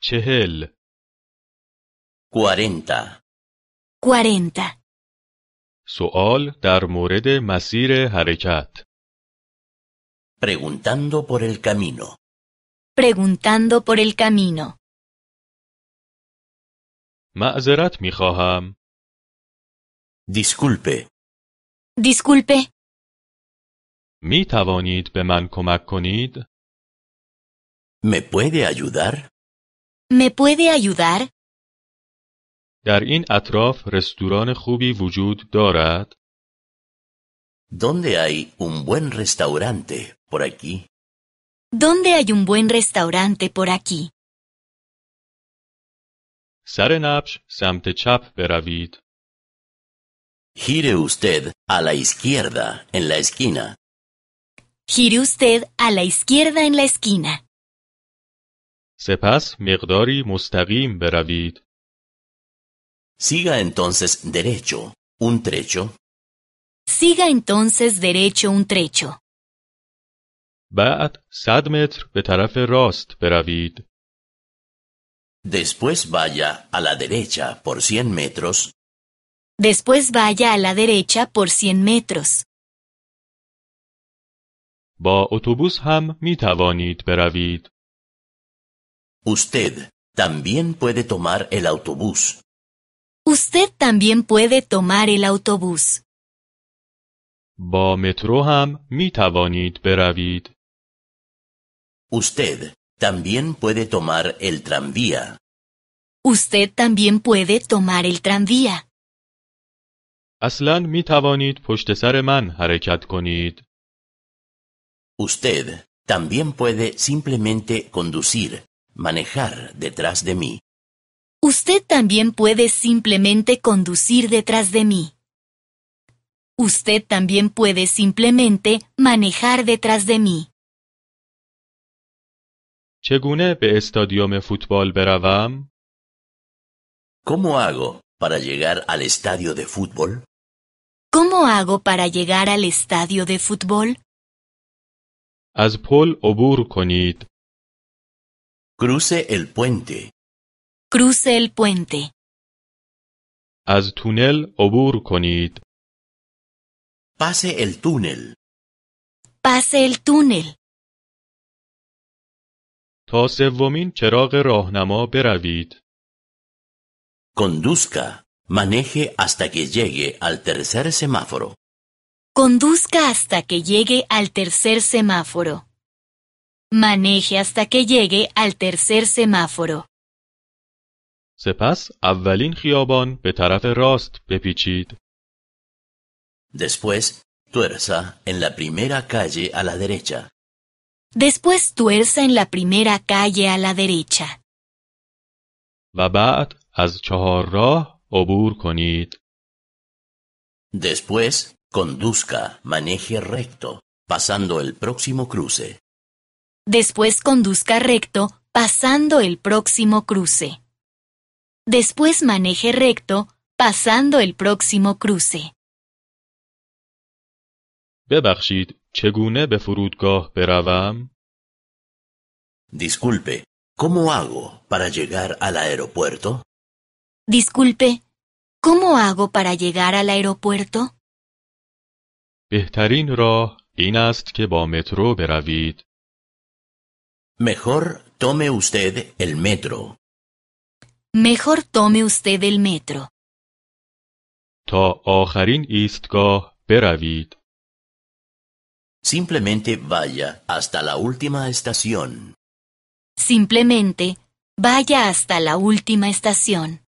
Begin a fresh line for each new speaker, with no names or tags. چهل
cuarenta,
40.
سوال در مورد مسیر حرکت
preguntando por el camino.
Preguntando por el camino.
معذرت می خواهم
Disculpe,
Disculpe,
می توانید به من کمک کنید؟
¿me puede ayudar?
¿me puede ayudar?
در این اطراف رستوران خوبی وجود دارد؟
¿Dónde hay un buen restaurante por aquí?
¿Dónde hay un buen restaurante por aquí?
سر نبش سمت چپ بروید.
Gire usted a la izquierda en la esquina.
Gire usted a la izquierda en la esquina.
سپس مقداری مستقیم بروید.
Siga entonces derecho, un trecho,
Siga entonces derecho un trecho.
بعد 100 متر به طرف راست بروید.
después vaya a la derecha por 100 metros,
Después vaya a la derecha por 100 metros.
با اتوبوس هم می توانید بروید.
usted también puede tomar el autobús.
Usted también puede tomar el autobús.
با مترو هم می توانید بروید.
Usted también puede tomar el tranvía.
Usted también puede tomar el tranvía.
اصلا می توانید پشت سر من حرکت کنید.
Usted también puede simplemente conducir, manejar detrás de mí.
Usted también puede simplemente conducir detrás de mí. Usted también puede simplemente manejar detrás de mí.
چگونه به استادیوم فوتبال بروم؟
¿Cómo hago para llegar al estadio de fútbol?
¿Cómo hago para llegar al estadio de fútbol?
از پل عبور کنید.
Cruce el puente,
Cruce el puente.
از تونل عبور کنید.
pase el túnel,
Pase el túnel.
تا سومین چراغ راهنما بروید.
conduzca, maneje hasta que llegue al tercer semáforo.
Conduzca hasta que llegue al tercer semáforo. Maneje hasta que llegue al tercer semáforo.
سپس اولین خیابان به طرف راست بپیچید.
Después, tuerza en la primera calle a la derecha.
Después tuerza en la primera calle a la derecha.
و بعد از چهار راه عبور کنید.
Después, conduzca, maneje recto, pasando el próximo cruce.
Después conduzca recto, pasando el próximo cruce. Después maneje recto, pasando el próximo cruce.
ببخشید چگونه به فرودگاه بروم؟
Disculpe, ¿cómo hago para llegar al aeropuerto?
Disculpe, ¿cómo hago para llegar al aeropuerto?
بهترین راه این است که با مترو بروید.
Mejor tome usted el metro.
Mejor tome usted el metro.
تا آخرین ایستگاه بروید.
Simplemente vaya hasta la última estación.
Simplemente, vaya hasta la última estación.